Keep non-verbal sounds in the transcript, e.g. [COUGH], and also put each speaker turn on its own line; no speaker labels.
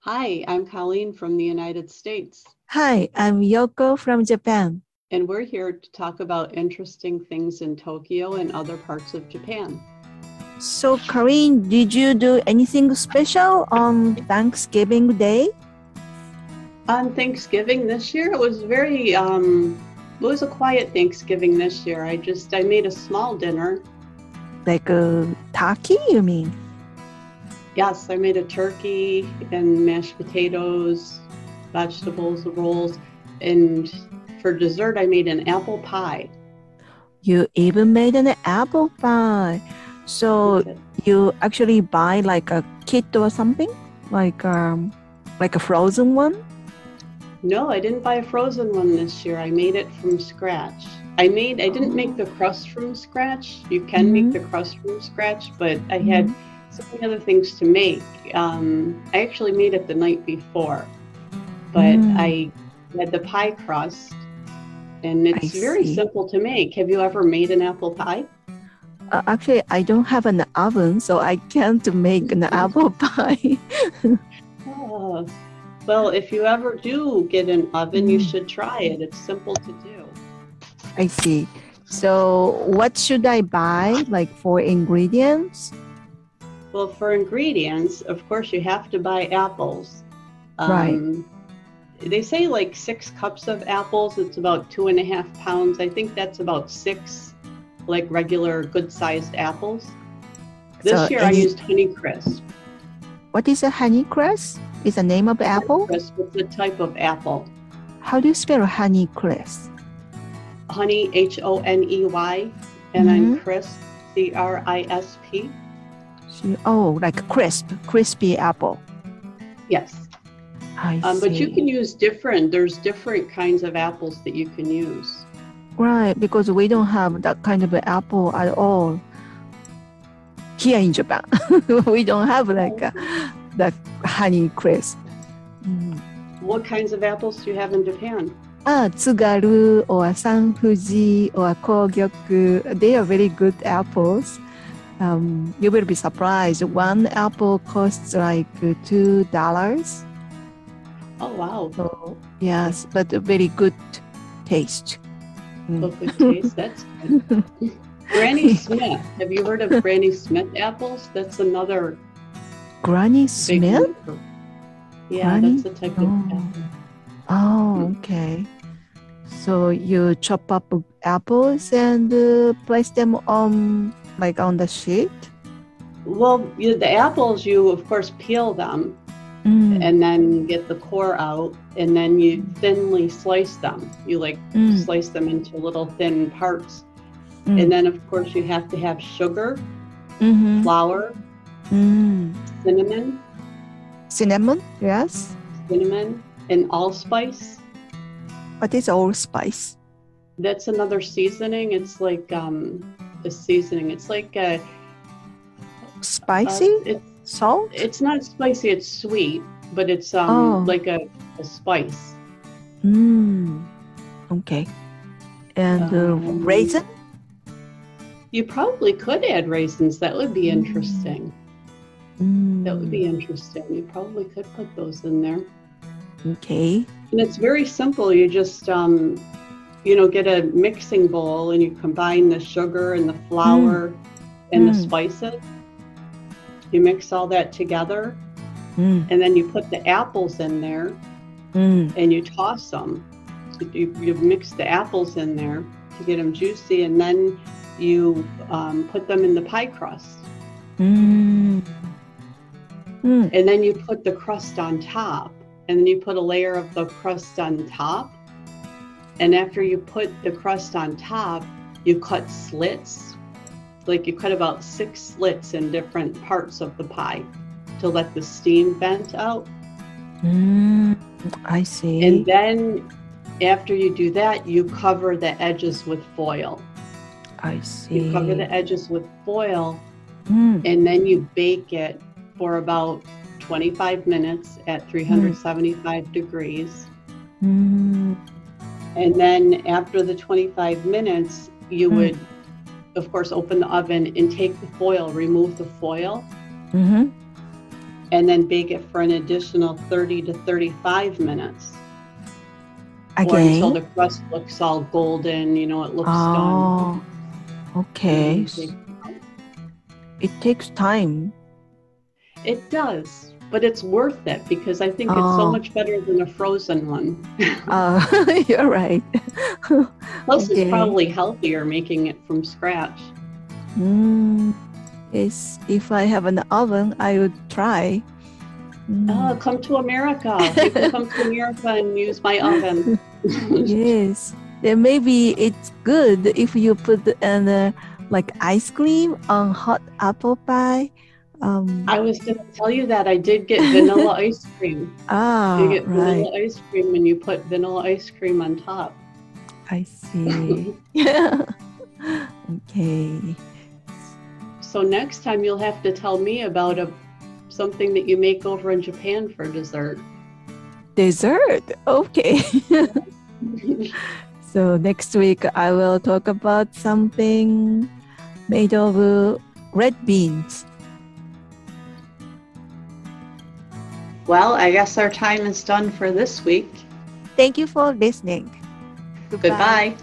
Hi, I'm Colleen from the United States,
Hi, I'm Yoko from Japan.
and we're here to talk about interesting things in Tokyo and other parts of Japan.
So, Corinne, did you do anything special on Thanksgiving Day?
On Thanksgiving this year, it was very, um, it was a quiet Thanksgiving this year. I just, I made a small dinner.
Like a turkey, you mean?
Yes, I made a turkey and mashed potatoes, vegetables, rolls, and for dessert, I made an apple pie.
You even made an apple pie. So you actually buy like a kit or something, like um, like a frozen one.
No, I didn't buy a frozen one this year. I made it from scratch. I made I didn't make the crust from scratch. You can
Mhm.
make the crust from scratch, but I
Mm-hmm.
had so many other things to make. Um, I actually made it the night before, but
Mm.
I had the pie crust, and it's
I
very
see.
simple to make. Have you ever made an apple pie?
Uh, actually, I don't have an oven, so I can't make
[LAUGHS]
an apple pie. [LAUGHS]
Oh. Well, if you ever do get an oven, you
Mm.
should try it. It's simple to do.
I see. So, what should I buy, like for ingredients?
Well, for ingredients, of course, you have to buy apples. Um,
Right.
They say like six cups of apples. It's about two and a half pounds. I think that's about six, like regular good sized apples. This
So
year I
any-
used Honeycrisp.
What is a honeycrisp? Is the name of apple?
Honeycrisp is a type of apple.
How do you spell honeycrisp?
Honey, H O N E Y, and I'm
Mhm.
crisp, C R I S P.
She- Oh, like crisp, crispy apple.
Yes.
I
Um,
see.
but you can use different, there's different kinds of apples that you can use.
right because we don't have that kind of apple at all here in Japan. [LAUGHS] we don't have like uh, a, the honeycrisp. Mm.
What kinds of apples do you have in Japan?
Ah, Tsugaru or Sanfuji or Kogyoku, they are very good apples. Um, you will be surprised. One apple costs like two dollars.
Oh wow,
So yes, but a very good taste.
so good taste. That's good.
[LAUGHS]
Granny Smith. Have you heard of Granny Smith apples? That's another
Granny
big.
Smith?
maker. Yeah,
Granny?
that's a type of
Oh.
apple.
Oh, okay. So you chop up apples and uh, place them on like on the sheet.
Well, you, the apples, you of course peel them
Mm,
and then get the core out, and then you thinly slice them. You like
mm,
slice them into little thin parts,
mm,
and then of course you have to have sugar,
mhm,
flour,
mm.
cinnamon,
cinnamon yes
cinnamon, and allspice.
but it's all spice
That's another seasoning. It's like um, a seasoning. It's like a. uh,
spicy
it's
salt
it's not spicy. It's sweet, but it's um
Oh.
like a, a spice.
mm. okay and uh,
Um,
raisin
You probably could add raisins. That would be
Mm.
interesting. That would be interesting. You probably could put those in there.
Mm, okay
And it's very simple. You just um, you know, get a mixing bowl and you combine the sugar and the flour and the
Mm.
spices. You mix all that together.
mm.
and then you put the apples in there
Mm.
and you toss them. You, you mix the apples in there to get them juicy, and then you um, put them in the pie crust,
Mm. Mm.
and then you put the crust on top, and then you put a layer of the crust on top, and after you put the crust on top, you cut slits, like you cut about six slits in different parts of the pie to let the steam vent out.
Mm. i see
And then after you do that, you cover the edges with foil.
i see
You cover the edges with foil
Mm.
and then you bake it for about 25 minutes at 375 degrees.
Mm.
And then after the 25 minutes, you
Mm.
would,
mm-hmm.
of course, open the oven and take the foil, remove the foil,
Mhm.
and then bake it for an additional 30 to 35 minutes. Or until
Again.
the crust looks all golden, you know, it looks
Oh,
done.
okay.
Mm-hmm.
It takes time.
It does, but it's worth it because I think it's
Oh.
so much better than a frozen one.
Uh, [LAUGHS] you're right. [LAUGHS]
Plus,
Okay.
it's probably healthier making it from scratch.
Mm, yes, if I have an oven, I would try. Mm,
Oh, come to America. You can come to America and use my
[LAUGHS]
oven.
yes, then maybe it's good if you put an uh, like ice cream on hot apple pie. Um,
I was going to tell you that I did get
[LAUGHS]
vanilla ice cream.
ah,
You get [LAUGHS]
right.
vanilla ice cream and you put vanilla ice cream on top.
I see. [LAUGHS] okay.
So next time you'll have to tell me about a something that you make over in Japan for
[LAUGHS]
dessert.
Dessert. Okay. [LAUGHS] So next week I will talk about something made of uh, red beans.
well, I guess our time is done for this week.
Thank you for listening.
Goodbye.